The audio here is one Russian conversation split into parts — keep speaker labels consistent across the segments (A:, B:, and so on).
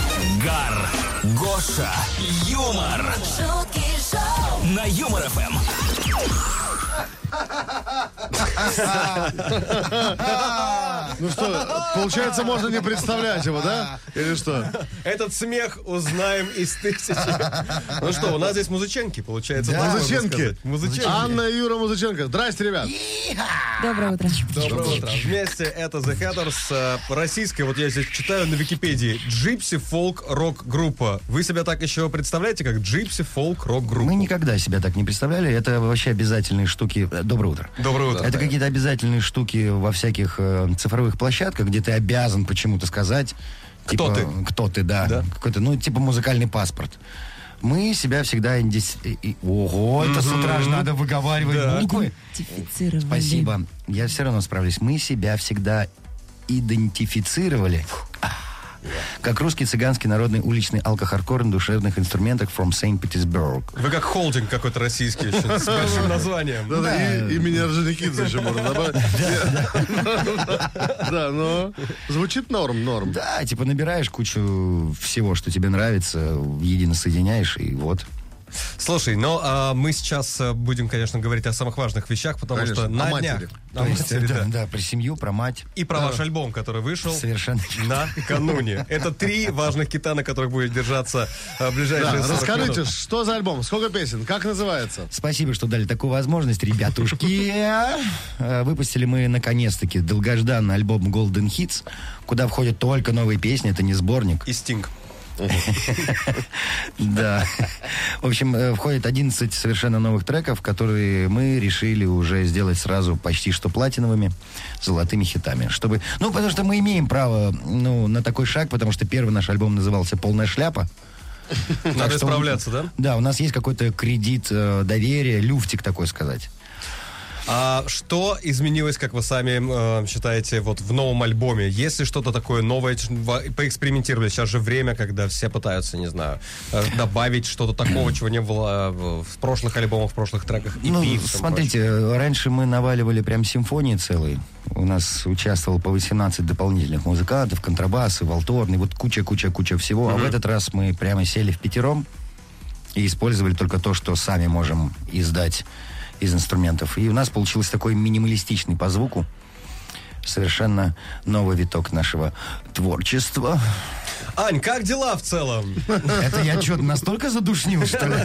A: Загар, Гоша, юмор. На Юмор ФМ.
B: Ну что, получается, можно не представлять его, да? Или что?
C: Этот смех узнаем из тысячи. Ну что, у нас здесь музыченки, получается. так можно
B: Музыченки.
C: сказать. Музыченки.
B: Анна и Юра Музыченко. Здрасте, ребят.
D: Доброе утро.
C: Доброе утро. Вместе это The Hatters, э, российская, вот я здесь читаю на Википедии, джипси фолк рок группа. Вы себя так еще представляете, как джипси фолк рок
E: Мы
C: группа?
E: никогда себя так не представляли. Это вообще обязательные штуки. Э, Доброе утро.
B: Ну,
C: Доброе утро.
E: Это какие-то обязательные штуки во всяких э, цифровых площадках, где ты обязан почему-то сказать.
C: Кто
E: типа,
C: ты?
E: Кто ты, да.
C: Да.
E: Какой-то, ну, типа музыкальный паспорт. Мы себя всегда индис... и- и- Ого, это с утра же надо выговаривать буквы.
D: Идентифицировали.
E: Спасибо. Я все равно справлюсь. Мы себя всегда идентифицировали. Как русский цыганский народный уличный алкохардкор на душевных инструментах from St. Petersburg.
C: Вы как холдинг какой-то российский еще, с большим названием.
B: Да-да, и, и меня Орджоникидзе еще можно добавить. Да, но звучит норм, норм.
E: Да, типа набираешь кучу всего, что тебе нравится, едино соединяешь, и вот.
C: Слушай, ну а мы сейчас э, будем, конечно, говорить о самых важных вещах, потому
B: Конечно,
C: что на
B: о
C: днях...
B: матери.
C: О матери, А да. Ну.
E: да, да, про семью, про мать.
C: И про ваш альбом, который вышел.
E: Совершенно верно.
C: накануне. Это три важных кита, на которых будет держаться э, ближайшие
B: Да,
C: 40
B: расскажите,
C: минут.
B: что за альбом, сколько песен, как называется?
E: Спасибо, что дали такую возможность, ребятушки. Э, Выпустили мы, наконец-таки, долгожданный альбом Golden Hits, куда входят только новые песни, это не сборник.
C: И Стинг.
E: Да. В общем, э, входит 11 совершенно новых треков, которые мы решили уже сделать сразу почти что платиновыми, золотыми хитами. Чтобы... Ну, потому что мы имеем право ну, на такой шаг, потому что первый наш альбом назывался «Полная шляпа». Так
C: Надо
E: что-
C: исправляться, да?
E: Да, у нас есть какой-то кредит э, доверия, люфтик такой сказать.
C: А что изменилось, как вы сами э, считаете, вот в новом альбоме? Есть ли что-то такое новое? ч- во- Поэкспериментировали. Сейчас же время, когда все пытаются, не знаю, э, добавить что-то такого, чего не было э, в в прошлых альбомах, в прошлых треках. EP,
E: Ну,
C: и всем
E: смотрите, э, раньше мы наваливали прям симфонии целые. У нас участвовало по 18 дополнительных музыкантов, контрабасы, волторны, вот куча-куча-куча всего. А в этот раз мы прямо сели в пятером и использовали только то, что сами можем издать из инструментов. И у нас получился такой минималистичный по звуку. Совершенно новый виток нашего творчества.
C: прочим. Ань, как дела в целом?
E: Это я что-то настолько задушнил, что ли?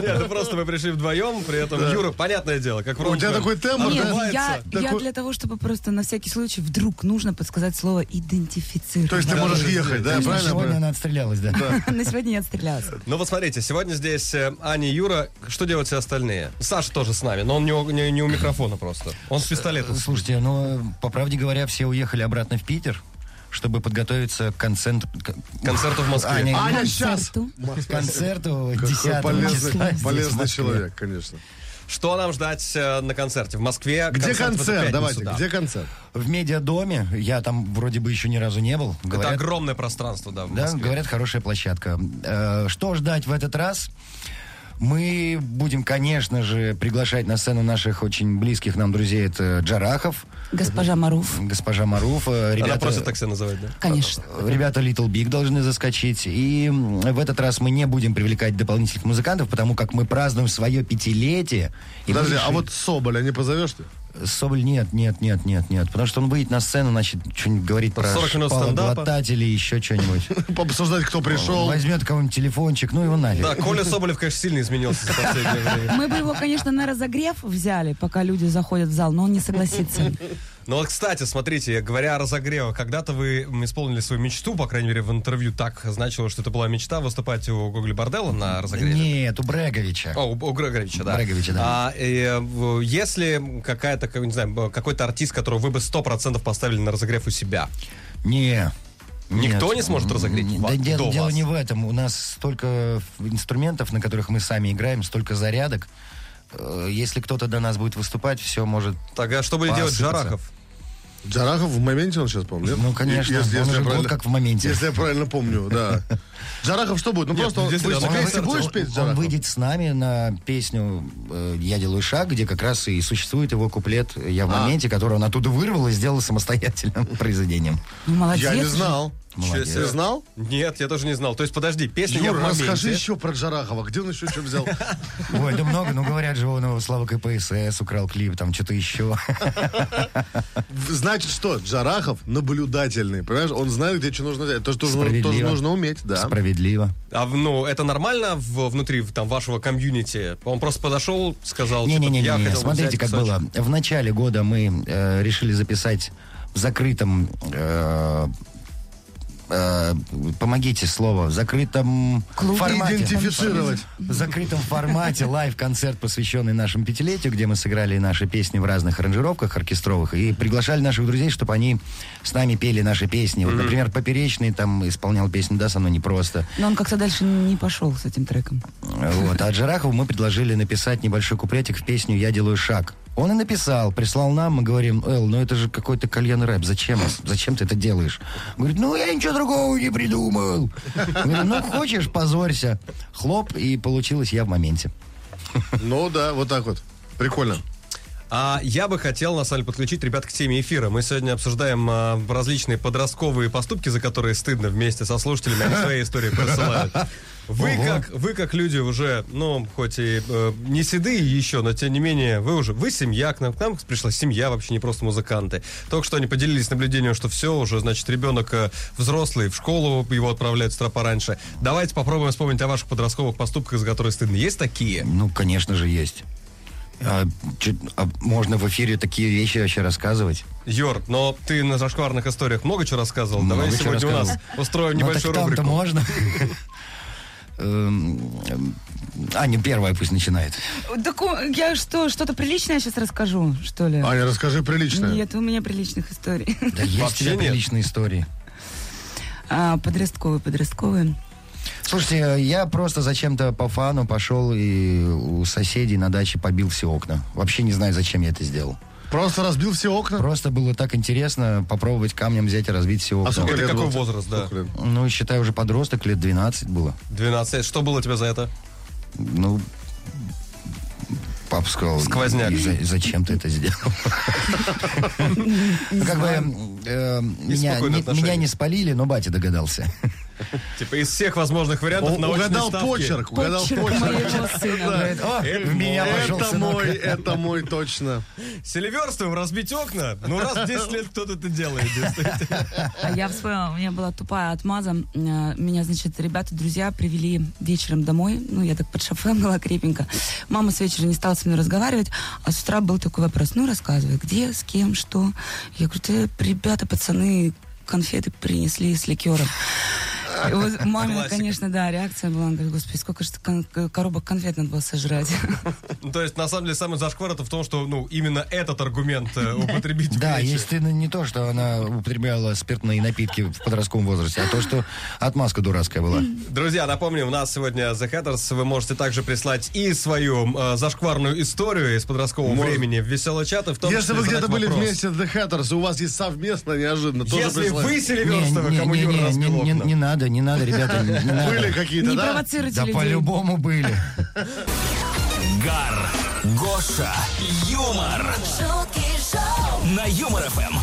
C: Нет, ну просто мы пришли вдвоем, при этом Юра, понятное дело, как
B: У
C: вроде
B: тебя такой тембр,
D: Нет,
B: да?
D: Ну, я,
B: Такой-
D: я для того, чтобы просто на всякий случай вдруг нужно подсказать слово идентифицировать.
B: То есть ты
C: Да,
B: можешь
C: да,
B: ехать, да,
E: Сегодня
B: правильно?
E: она отстрелялась, да.
D: На сегодня я отстрелялась.
C: Ну вот смотрите, сегодня здесь э, Аня и Юра. Что делают все остальные? Саша тоже с нами, но он не, у- не- не у микрофона просто. Он с пистолетом.
E: Слушайте, ну, э, по правде говоря, все уехали обратно в Питер, чтобы подготовиться к концент... к-
C: Концерту в Москве.
E: А, не,
B: Аня, сейчас!
D: Концерту.
E: к концерту
B: Какой
E: 10 числа
B: полезный,
E: здесь, в
B: полезный
E: Москве.
B: человек, конечно.
C: Что нам ждать э, на концерте в Москве?
B: Где
C: в эту
B: концерт?
C: пятницу,
B: Давайте,
C: да.
B: где концерт?
E: В медиадоме, я там вроде бы еще ни разу не был.
C: Это
E: Говорят,
C: огромное пространство, да, в
E: да,
C: Москве.
E: говорят, хорошая площадка. Э, Что ждать в этот раз? Мы будем, конечно же, приглашать на сцену наших очень близких нам друзей. Это Джарахов,
D: Госпожа Маруф,
E: госпожа Маруф. э,
C: Она
E: Ребята,
C: просто так себя называет, да?
D: конечно.
E: Ребята Little Big должны заскочить. И м, в этот раз мы не будем привлекать дополнительных музыкантов, потому как мы празднуем свое пятилетие. И мы
B: Подожди, а
E: решили-
B: вот Соболя не позовешь ты?
E: Соболь, нет, нет, нет, нет, нет. Потому что он выйдет на сцену, значит, что-нибудь говорит про
C: 40 минут стендапа.
E: шпалоглотателей, еще что-нибудь.
B: Обсуждать, кто пришел.
E: Возьмет кого-нибудь телефончик, ну его нафиг.
C: Да, Коля Соболев, конечно, сильно изменился за последнее время.
D: Мы бы его, конечно, на разогрев взяли, пока люди заходят в зал, но он не согласится.
C: Ну вот, кстати, смотрите, говоря о разогревах, когда-то вы м, исполнили свою мечту, по крайней мере, в интервью так значило, что это была мечта выступать у Гогли Бордела на разогреве.
E: Нет, у Бреговича.
C: О, у, у Грегоровича, да.
E: Грегоровича, да.
C: А, э, в- если какая-то, как, не знаю, какой-то артист, которого вы бы 100% поставили на разогрев у себя,
E: Не.
C: Никто
E: Нет.
C: не сможет разогреть
E: М,
C: вас
E: да дело,
C: до
E: дело
C: вас.
E: не в этом. У нас столько инструментов, на которых мы сами играем, столько зарядок. Э, Если кто-то до нас будет выступать, все может.
C: тогда что будет делать
E: Посыпаться.
C: Жарахов?
B: Джарахов в моменте он сейчас помнит?
E: Ну, конечно, он уже год как в моменте.
B: Если я правильно помню, да. Джарахов что будет? Ну,
C: Нет,
B: просто он-
C: если
B: вы
C: да,
B: же
C: он
B: вместе
C: выйдет,
B: будешь
E: он,
B: петь,
E: он
B: Джарахов?
E: выйдет с нами на песню э, Я делаю шаг, где как раз и существует его куплет
B: А.
E: Я в моменте, который он оттуда вырвал и сделал самостоятельным произведением.
D: Ну, молодец.
B: Я не
D: же.
B: знал.
E: Молодец.
C: Честно.
B: знал?
C: Нет, я тоже не знал. То есть, подожди, песня я в
B: Юр,
C: моменте.
B: расскажи еще про Джарахова. Где он еще что взял?
E: Ой, да много, ну говорят же, он его Слава КПСС украл клип, там что-то еще.
B: Значит что, Джарахов наблюдательный, понимаешь? Он знает, где что нужно делать. То, что нужно-
E: Справедливо.
B: тоже нужно уметь, да.
E: Справедливо.
C: А, ну, это нормально в- внутри там, вашего комьюнити? Он просто подошел, сказал, типа,
E: Не-не-не,
C: я хотел бы
E: смотрите,
C: взять
E: как
C: кусочек».
E: было. В начале года мы э, решили записать в закрытом... э, э, помогите слово, в закрытом
D: Клубе
E: формате.
B: Идентифицировать.
E: В закрытом формате лайв-концерт, посвященный нашему пятилетию, где мы сыграли наши песни в разных аранжировках оркестровых и приглашали наших друзей, чтобы они с нами пели наши песни. Вот, например, Поперечный там исполнял песню «Да, со мной непросто».
D: Но он как-то дальше не пошел с этим треком.
E: Вот. А Джарахову мы предложили написать небольшой куплетик в песню «Я делаю шаг». Он и написал, прислал нам, мы говорим, Эл, ну это же какой-то кальян рэп, зачем, зачем ты это делаешь? Он Говорит, ну я ничего другого не придумал. Мы говорим, ну хочешь, позорься. Хлоп, и получилось я в моменте.
B: Ну да, вот так вот. Прикольно.
C: А я бы хотел, на самом деле, подключить ребят к теме эфира. Мы сегодня обсуждаем а, различные подростковые поступки, за которые стыдно вместе со слушателями. Они свои истории присылают. Вы
E: Ого.
C: как, вы как люди уже, ну, хоть и э, не седые еще, но тем не менее, вы уже, вы семья, к нам, к нам пришла семья, вообще не просто музыканты. Только что они поделились наблюдением, что все, уже, значит, ребенок э, взрослый, в школу его отправляют с утра пораньше. Давайте попробуем вспомнить о ваших подростковых поступках, за которые стыдно. Есть такие?
E: Ну, конечно же, есть. А, чё- а можно в эфире такие вещи вообще рассказывать?
C: Йор, но ты на зашкварных историях много чего рассказывал. Давай
E: Много чего
C: сегодня у нас
E: рассказывал.
C: устроим
E: Ну,
C: небольшую
E: так там-то
C: рубрику.
E: можно. Эм, эм, Аня первая пусть начинает.
D: Так о, я что, что-то приличное сейчас расскажу, что ли?
B: Аня, расскажи приличное.
D: Нет, у меня приличных историй.
E: Да есть у
C: Вообще
E: тебя
C: нет.
E: приличные истории.
D: А, Подростковые, подростковые.
E: Слушайте, э, я просто зачем-то по фану пошел и у соседей на даче побил все окна. Вообще не знаю, зачем я это сделал.
B: Просто разбил все окна.
E: Просто было так интересно попробовать камнем взять и разбить все окна.
C: Это
B: А лет
C: какой
B: было?
C: возраст, да?
B: Сколько лет?
E: Ну, считай, уже подросток, лет 12 было.
C: 12 лет. Что было у тебя за это?
E: Ну, папа сказал...
C: Сквозняк.
E: «И за- зачем ты это сделал? Ну, Как бы э, меня
C: спокойное
E: не-
C: отношение.
E: меня не спалили, но батя догадался.
C: Типа из всех возможных вариантов
B: Он
C: на очной
B: угадал
C: ставке.
B: почерк, угадал
D: Почерк
B: почерк.
D: моего сына.
E: Говорит, «О,
C: это
E: в меня пошел
B: Это
E: сынок».
B: мой, это мой точно.
C: Селиверством разбить окна? Ну раз в 10 лет кто-то это делает. действительно.
D: А я вспомнила, у меня была тупая отмаза. М, э, Меня, значит, ребята, друзья привели вечером домой. Ну, я так под шофе была крепенько. Мама с вечера не стала со мной разговаривать, а с утра был такой вопрос. Ну, рассказывай, где, с кем, что. Я говорю, «Да, ребята, пацаны, конфеты принесли с ликером. И вот мамина,
C: Классика.
D: конечно, да, реакция была. Она говорит, господи, сколько же ты кон- э, коробок конфет надо было сожрать.
C: Ну, То есть, на самом деле, самый зашквар это в том, что, ну, именно этот аргумент э, употребить
E: Да,
C: в речи.
E: если ну, не то, что она употребляла спиртные напитки в подростковом возрасте, а то, что отмазка дурацкая была.
C: Друзья, напомню, у нас сегодня The Hatters. Вы можете также прислать и свою э, зашкварную историю из подросткового
B: Может.
C: времени в веселый чат. И в том
B: Если
C: числе
B: вы где-то
C: задать
B: были
C: вопрос.
B: вместе с The Hatters, и у вас есть совместно, неожиданно, тоже
C: Если
B: присылайте.
C: вы
E: Не, не,
C: Селиверстова,
E: не,
C: кому
E: не,
C: Юра
E: не,
C: разбил
E: не,
C: окна.
E: не надо, не надо, ребята, не не надо.
B: Были какие-то,
D: Не
B: да?
D: провоцируйте
E: Да
D: людей.
E: по-любому были.
A: Гар, Гоша, юмор. На Юмор ФМ.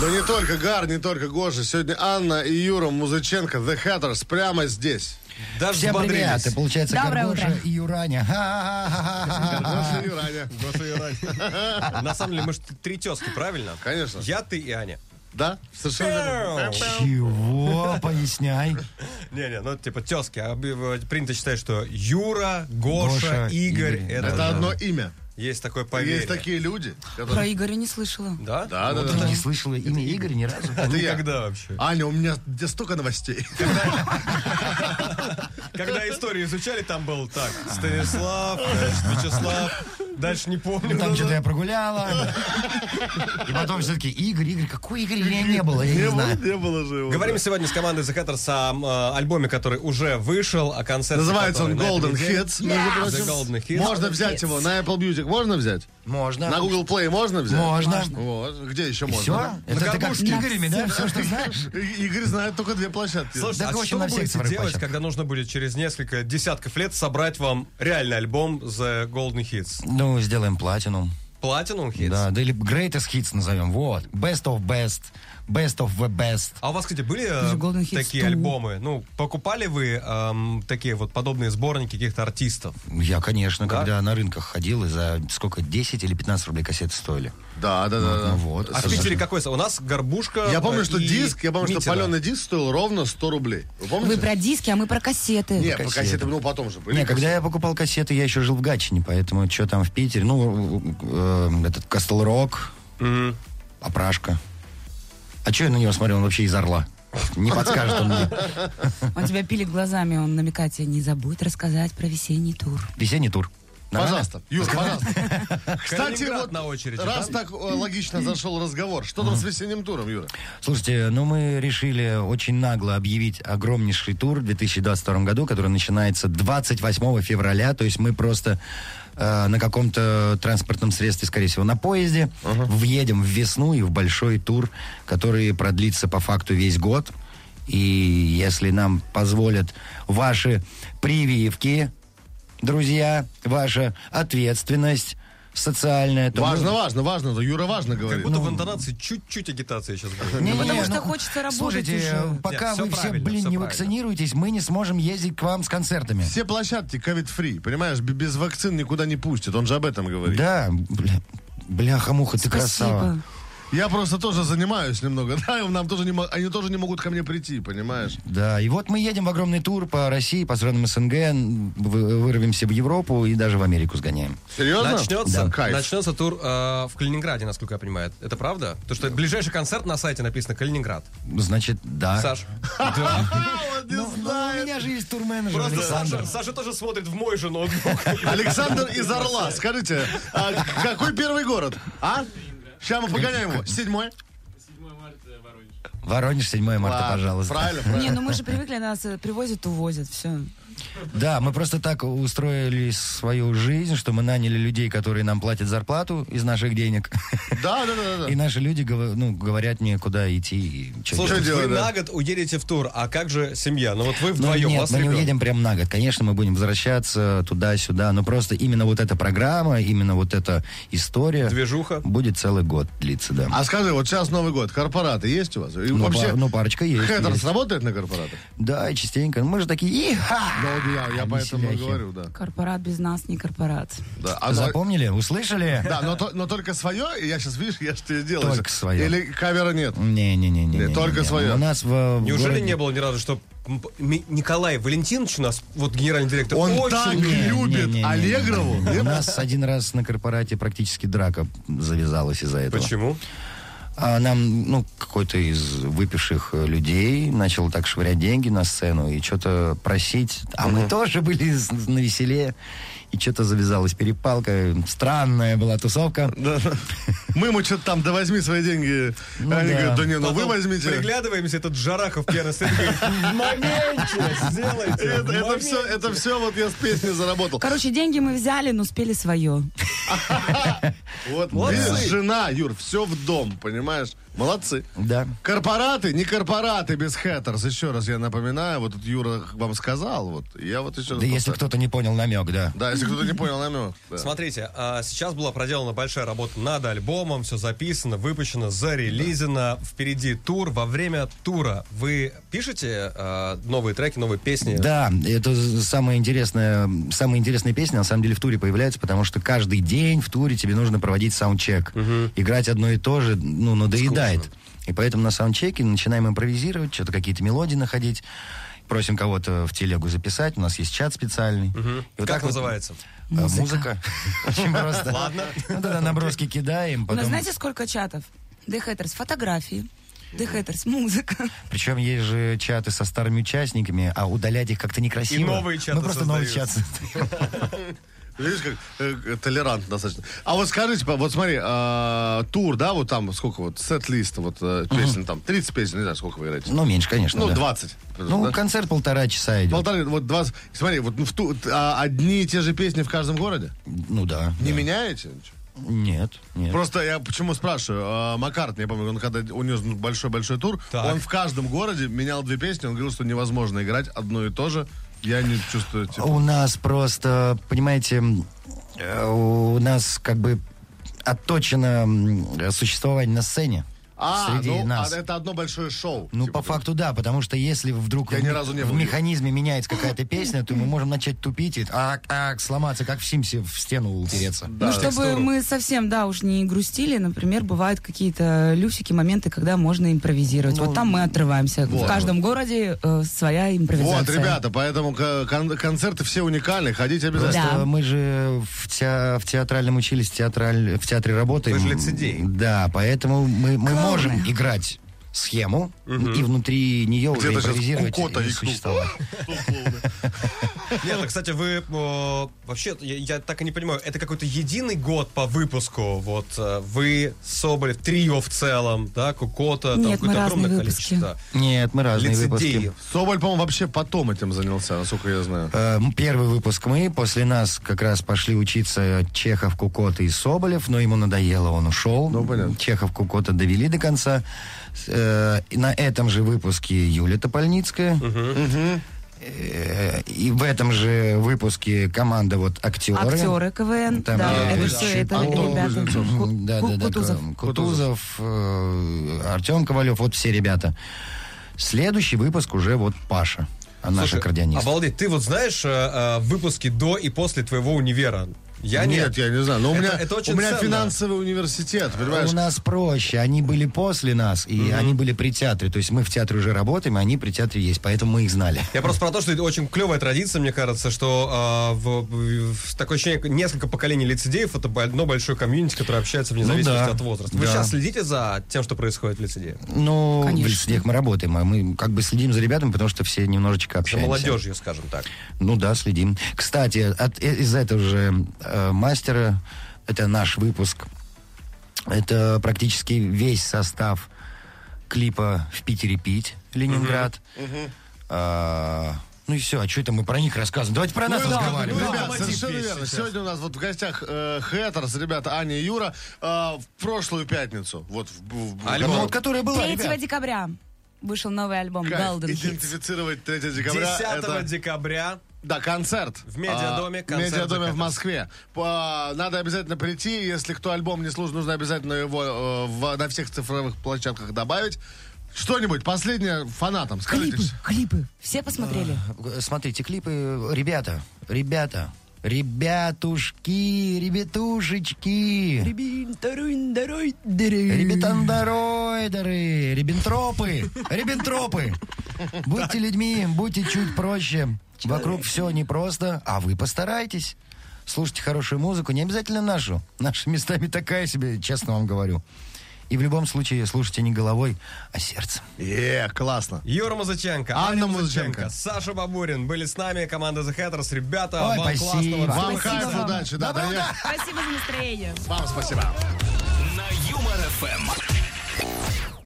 B: Да не только Гар, не только Гоша. Сегодня Анна и Юра Музыченко, The Hatters, прямо здесь.
C: Даже
E: Всем
C: взбодрились.
E: привет, и получается
D: Доброе
E: Горгуша
D: утро.
E: и Юраня. Ха-ха-ха-ха-ха-ха.
B: Гоша и Юраня.
C: А, На самом деле, мы же три тезки, правильно?
B: Конечно.
C: Я, ты и Аня.
B: Да? Совершенно верно.
E: Чего? Поясняй.
C: Не-не, ну типа тезки. а, э, Принято считать, что Юра, Гоша,
E: Гоша,
C: Игорь.
E: Игорь.
C: Это
B: Это
C: да.
B: одно имя.
C: Есть такое
B: Есть
C: поверье.
B: такие люди,
D: Про
B: которые...
D: Игоря не слышала.
C: Да?
B: Да, да,
E: Ты
B: да.
E: не слышала имя Игоря ни разу?
B: Это я.
C: Никогда вообще.
B: Аня, у меня где столько новостей.
C: Когда историю изучали, там был так, Станислав, дальше Вячеслав, дальше не
B: Ну,
C: помню.
E: Ну,
C: Ну,
E: Там что-то я прогуляла. И потом все-таки Игорь, Игорь, какой Игорь? Меня не было, я не
B: Не было,
E: знаю.
B: не было же его.
C: ну, Говорим сегодня с командой The Hatters о э, альбоме, который уже вышел, о концерте.
B: Называется он
C: который на этой
B: Golden
C: неделе.
B: Hits, между
C: The Golden Hits.
B: прочим. Можно взять его на Apple Music, можно взять?
E: Можно.
B: На Google Play можно взять?
E: Можно.
B: Вот. Где еще
E: Все?
B: можно?
E: Это ты как с
C: горбушке.
E: Игорями, да? Все, что знаешь?
B: И- Игорь знает только две площадки.
C: Слушай,
E: Да,
C: а
E: в общем,
C: что
E: на
C: вы
E: всех
C: будете
E: цифровых
C: делать,
E: площадках.
C: когда нужно будет через несколько десятков лет собрать вам реальный альбом The Golden Hits?
E: Ну, сделаем платину.
C: Platinum Hits?
E: Да, да или Greatest Hits назовем. Вот. Best of Best. Best of the Best.
C: А у вас, кстати, были
D: же
C: э,
D: Golden Hits
C: такие
D: 2.
C: альбомы? Ну, покупали вы эм, такие вот подобные сборники каких-то артистов?
E: Я, конечно,
C: Да?
E: когда на рынках ходил, и за сколько, 10 или 15 рублей кассеты стоили.
B: Да, да, да. да.
E: Ну вот.
C: А в Питере какой? со- У нас горбушка.
B: Я помню,
C: э,
B: что
C: и
B: диск, я помню, что
C: Митина.
B: паленый диск стоил ровно 100 рублей. Вы помните?
D: Вы про диски, а мы про кассеты.
B: Не, по
E: кассеты.
B: кассетам, ну потом же были.
E: Не, когда я покупал кассеты, я еще жил в Гатчине, поэтому что там в Питере, ну, э, этот Кастл Рок, Опрашка. А что я на него смотрел? Он вообще из Орла. Не подскажет он мне.
D: Он тебя пилит глазами, он намекает тебе, не забудь рассказать про весенний тур.
E: Весенний тур. Нормально?
B: Пожалуйста, Юр, пожалуйста. Кстати,
C: Калининград
B: вот
C: на очереди,
B: раз
C: да?
B: так э, логично зашел разговор, что там с весенним туром, Юра?
E: Слушайте, ну мы решили очень нагло объявить огромнейший тур в 2022 году, который начинается 28 февраля. То есть мы просто э, на каком-то транспортном средстве, скорее всего, на поезде, въедем в весну и в большой тур, который продлится по факту весь год. И если нам позволят ваши прививки, друзья, ваша ответственность социальная, то мы-
B: Важно,
C: ну.
B: важно, важно, да, Юра важно
C: Как
B: говорит.
C: будто в интонации чуть-чуть агитации сейчас было.
E: Ну. Не,
D: Ну, потому
E: не,
D: что хочется работать
E: слушайте, э,
D: уже.
E: пока
C: Нет, всё
E: вы все,
C: правильно,
E: блин,
C: всё
E: не
C: правильно.
E: вакцинируетесь, мы не сможем ездить к вам с концертами.
B: Все площадки ковид-фри, понимаешь, б- без вакцин никуда не пустят, он же об этом говорит.
E: Да, бля, бляха-муха, ты красава.
D: Спасибо.
B: Я просто тоже занимаюсь немного, да, и нам тоже не, мо- они тоже не могут ко мне прийти, понимаешь?
E: Да, и вот мы едем в огромный тур по России, по странам СНГ, н- вы- вырвемся в Европу и даже в Америку сгоняем.
B: Серьезно?
C: Начнется,
B: Кайф.
C: начнется тур э, в Калининграде, насколько я понимаю. Это правда? То, что ближайший концерт на сайте написано Калининград.
E: Значит, да.
C: Саш. Да.
E: Ну, ну, у меня же есть турменеджер
C: Просто Саша,
E: Александр.
C: Саша тоже смотрит в мой же ноутбук.
B: Александр из Орла, скажите, а какой первый город? А? Сейчас мы погоняем его. Седьмой?
E: Воронеж, 7 марта,
B: Ладно,
E: пожалуйста.
B: Правильно, правильно.
D: Не, ну мы же привыкли, нас э, привозят, увозят, все.
E: Да, мы просто так устроили свою жизнь, что мы наняли людей, которые нам платят зарплату из наших денег.
B: Да, да, да, да,
E: И
B: да.
E: наши люди гов- ну, говорят мне, куда идти и что
B: Что
C: Слушай, вы
B: делать, да?
C: на год уедете в тур, а как же семья? Ну вот вы
E: Ну,
C: вдвоем, у
E: нет,
C: вас
E: мы не
C: ребенок.
E: уедем прям на год. Конечно, мы будем возвращаться туда-сюда, но просто именно вот эта программа, именно вот эта история
C: Движуха.
E: будет целый год длиться, да.
B: А скажи, вот сейчас Новый год, корпораты есть у вас? И
E: ну,
B: вообще,
E: пар- ну, парочка есть.
B: Хедерс
E: есть.
B: работает на корпоратах?
E: Да, и частенько. Мы же такие, иха!
B: Да, вот я, я
E: Они
B: поэтому и
E: селяхи.
B: говорю, да.
D: Корпорат без нас не корпорат.
B: да. А то-
E: Запомнили? Услышали?
B: Да, но, то- но только свое, и я сейчас, видишь, я что делаю.
E: Только свое.
B: Или кавера нет.
E: Не-не-не. не.
B: только свое.
E: У нас в
C: Неужели
E: городе-
C: не было ни разу, что м- Ми- Николай Валентинович у нас, вот генеральный директор,
B: Он
C: очень
B: так
E: Не, не,
B: любит
E: не, не, не,
B: Аллегрову.
E: не, не. У
B: Нет?
E: нас один раз на корпорате практически драка завязалась из-за этого.
C: Почему?
E: А нам, ну, какой-то из выпивших э, людей начал так швырять деньги на сцену и что-то просить. А мы тоже были с- на веселе. И что-то завязалась перепалка. Странная была тусовка.
B: Мы ему что-то там, да возьми свои деньги.
E: Ну
B: Они
E: да.
B: говорят, да не, ну вы
C: Потом
B: возьмите.
C: Приглядываемся, этот Жарахов пьяный стоит и говорит, «В моменте сделайте.
B: Это,
C: в
B: это
C: моменте».
B: все, это все вот я с песни заработал.
D: Короче, деньги мы взяли, но спели свое.
B: Вот,
C: Молодцы.
B: видишь, жена, Юр, все в дом, понимаешь? Молодцы.
E: Да.
B: Корпораты, не корпораты без хэттерс. Еще раз я напоминаю, вот тут Юра вам сказал, вот я вот еще раз.
E: Да если
B: повторю.
E: кто-то не понял намек, да.
B: Да, если кто-то не понял намек. да.
C: Смотрите, а, сейчас была проделана большая работа над альбомом, все записано, выпущено, зарелизено. Впереди тур. Во время тура вы пишете а, новые треки, новые песни?
E: Да, это з- самая интересная, самые интересные песни на самом деле в туре появляются, потому что каждый день в туре тебе нужно проводить саундчек. Играть одно и то же, ну, надоедает. И поэтому на саундчеке начинаем импровизировать, что-то какие-то мелодии находить. Просим кого-то в телегу записать, у нас есть чат специальный. И вот
C: Как
E: так вот,
C: называется?
E: э, Музыка. Очень просто. Ладно. Ну тогда наброски
D: У
E: кидаем,
D: нас
E: потом...
D: знаете, сколько чатов? Дехетерс фотографии, Дехетерс музыка.
E: Причем есть же чаты со старыми участниками, а удалять их как-то некрасиво.
C: новые чаты
E: Мы просто новый чат
C: создаются.
B: Видишь, как э, э, толерантно достаточно. А вот скажите, па- вот смотри, а, тур, да, вот там сколько вот, сет-лист, вот э, песен там, 30 песен, не знаю, сколько вы играете.
E: Ну, меньше, конечно.
B: Ну,
E: да.
B: 20.
E: Ну,
B: да?
E: концерт полтора часа идет.
B: Полторы, вот 20. Смотри, вот ну, в ту- а, одни и те же песни в каждом городе?
E: Ну да.
B: Не
E: да.
B: меняете? ничего?
E: Нет, нет.
B: Просто я почему спрашиваю, а, Маккартни, я помню, он когда у него ну, большой-большой тур,
C: Так.
B: он в каждом городе менял две песни, он говорил, что невозможно играть одно и то же. Я не чувствую,
E: А
B: типа,
E: У нас просто, понимаете, м, э, у нас как бы отточено м, существование на сцене.
B: А,
E: среди
B: ну,
E: нас.
B: а это одно большое шоу.
E: Ну,
B: типа,
E: по факту, да, потому что если вдруг
B: Я
E: в,
B: ни
E: ме-
B: разу не
E: в
B: был.
E: механизме меняется какая-то песня, то мы можем начать тупить и ак, ак, сломаться, как в Симсе в стену утереться.
D: Ну, чтобы мы совсем, да, уж не грустили, например, бывают какие-то люфики, моменты, когда можно импровизировать.
E: Ну,
D: вот там мы отрываемся.
B: вот.
D: В каждом городе э, своя импровизация.
B: Вот, ребята, поэтому ко- кон- концерты все уникальны, ходите обязательно.
E: Просто
D: Да.
E: мы же в, те- в театральном училище, театраль, в театре работаем.
C: Вы же лицедеи.
E: Да, поэтому мы, мы
D: Клоуны.
E: можем играть схему и внутри нее уже
B: Где-то сейчас
E: импровизировать
B: кукота
E: и
B: икнул.
E: существовать.
C: Нет, ну, кстати, вы э, вообще, я, я так и не понимаю, это какой-то единый год по выпуску. Вот э, вы, Соболев, трио в целом, да, Кукота, там
D: Нет, мы
C: какое-то огромное
D: разные выпуски.
C: количество.
E: Нет, мы разные выпуски.
C: Лицедеи.
B: Соболь, по-моему, вообще потом этим занялся, насколько я знаю.
E: Э, м, Первый выпуск мы, после нас как раз пошли учиться Чехов, Кукота и Соболев, но ему надоело, он ушел.
B: Ну, понятно.
E: Чехов, Кукота довели до конца. С- э, и на этом же выпуске Юля Топольницкая. Э, И в этом же выпуске команда вот актеры.
D: Актеры КВН,
E: Там,
D: да,
E: э,
D: это
E: э,
D: все, это
B: Антон
D: ребята.
B: Кузнецов.
D: Ку-
E: Да, да, да.
D: Кутузов.
E: Кутузов, Артем Ковалев, вот все ребята. Следующий выпуск уже вот Паша, а наш
C: Слушай,
E: аккордеонист.
C: Обалдеть, ты вот знаешь э, э, выпуски до и после твоего универа? Я
B: нет, я не знаю. Но у
C: Это-
B: меня,
C: это очень
B: у меня
C: ценно.
B: финансовый университет, понимаешь?
E: У нас проще, они были после нас, и они были при театре. То есть мы в театре уже работаем, а они при театре есть, поэтому мы их знали.
C: Я просто про то, что это очень клевая традиция, мне кажется, что э, в, в- такое ощущение, как несколько поколений лицедеев это бо- одно большое комьюнити, которое общается вне
E: Ну
C: зависимости
E: да.
C: от возраста. Вы
E: Да.
C: сейчас следите за тем, что происходит в лицедее?
E: Но
D: Конечно.
E: Ну, в лицедеях мы работаем, а мы как бы следим за ребятами, потому что все немножечко
C: За
E: общаемся.
C: молодежью, скажем так.
E: Ну да, следим. Кстати, от, э- из этого же э, мастера, это наш выпуск, это практически весь состав клипа «В Питере пить», «Ленинград». А, ну и все, а что это мы про них рассказываем? Давайте про нас
B: Ну,
E: разговариваем.
B: ну,
C: да.
B: ребят,
C: Мотив
B: совершенно
C: есть
B: верно.
C: сейчас.
B: Сегодня у нас вот в гостях э, Хэттерс, ребята, Аня и Юра, э, в прошлую пятницу. Вот в, в- в-
C: Альбом.
E: Ну, вот которая была,
D: 3
E: ребят.
D: декабря вышел новый альбом
B: Кайф.
D: Golden Hits.
B: Идентифицировать 3 декабря.
C: 10
B: это-
C: декабря.
B: Да, концерт.
C: В медиадоме,
B: А, в
C: концерт
B: медиадоме в
C: Хэттерс.
B: Москве. По- надо обязательно прийти. Если кто альбом не слушает, нужно обязательно его э, в- на всех цифровых площадках добавить. Что-нибудь последнее фанатам скажите.
D: Клипы, клипы. Все посмотрели?
E: Э, Смотрите, клипы, ребята, ребята, ребятушки, ребятушечки. Ребетандороидеры, ребентропы, ребентропы. Будьте людьми, будьте чуть проще. Вокруг все непросто, а вы постарайтесь. Слушайте хорошую музыку, не обязательно нашу. Наша местами такая себе, честно вам говорю. И в любом случае слушайте не головой, а сердцем.
B: Е, классно.
C: Юра Музыченко,
B: Анна
C: Аня
B: Музыченко.
C: Саша Бабурин были с нами, команда The Hatters. Ребята,
E: Ой,
C: вам
E: спасибо.
C: классного
E: Вам
B: Вам
D: Спасибо
B: кайф,
D: вам.
B: удачи. Да,
E: Добро,
B: дорогие.
D: Спасибо за настроение.
B: Вам спасибо.
A: На Юмор ФМ.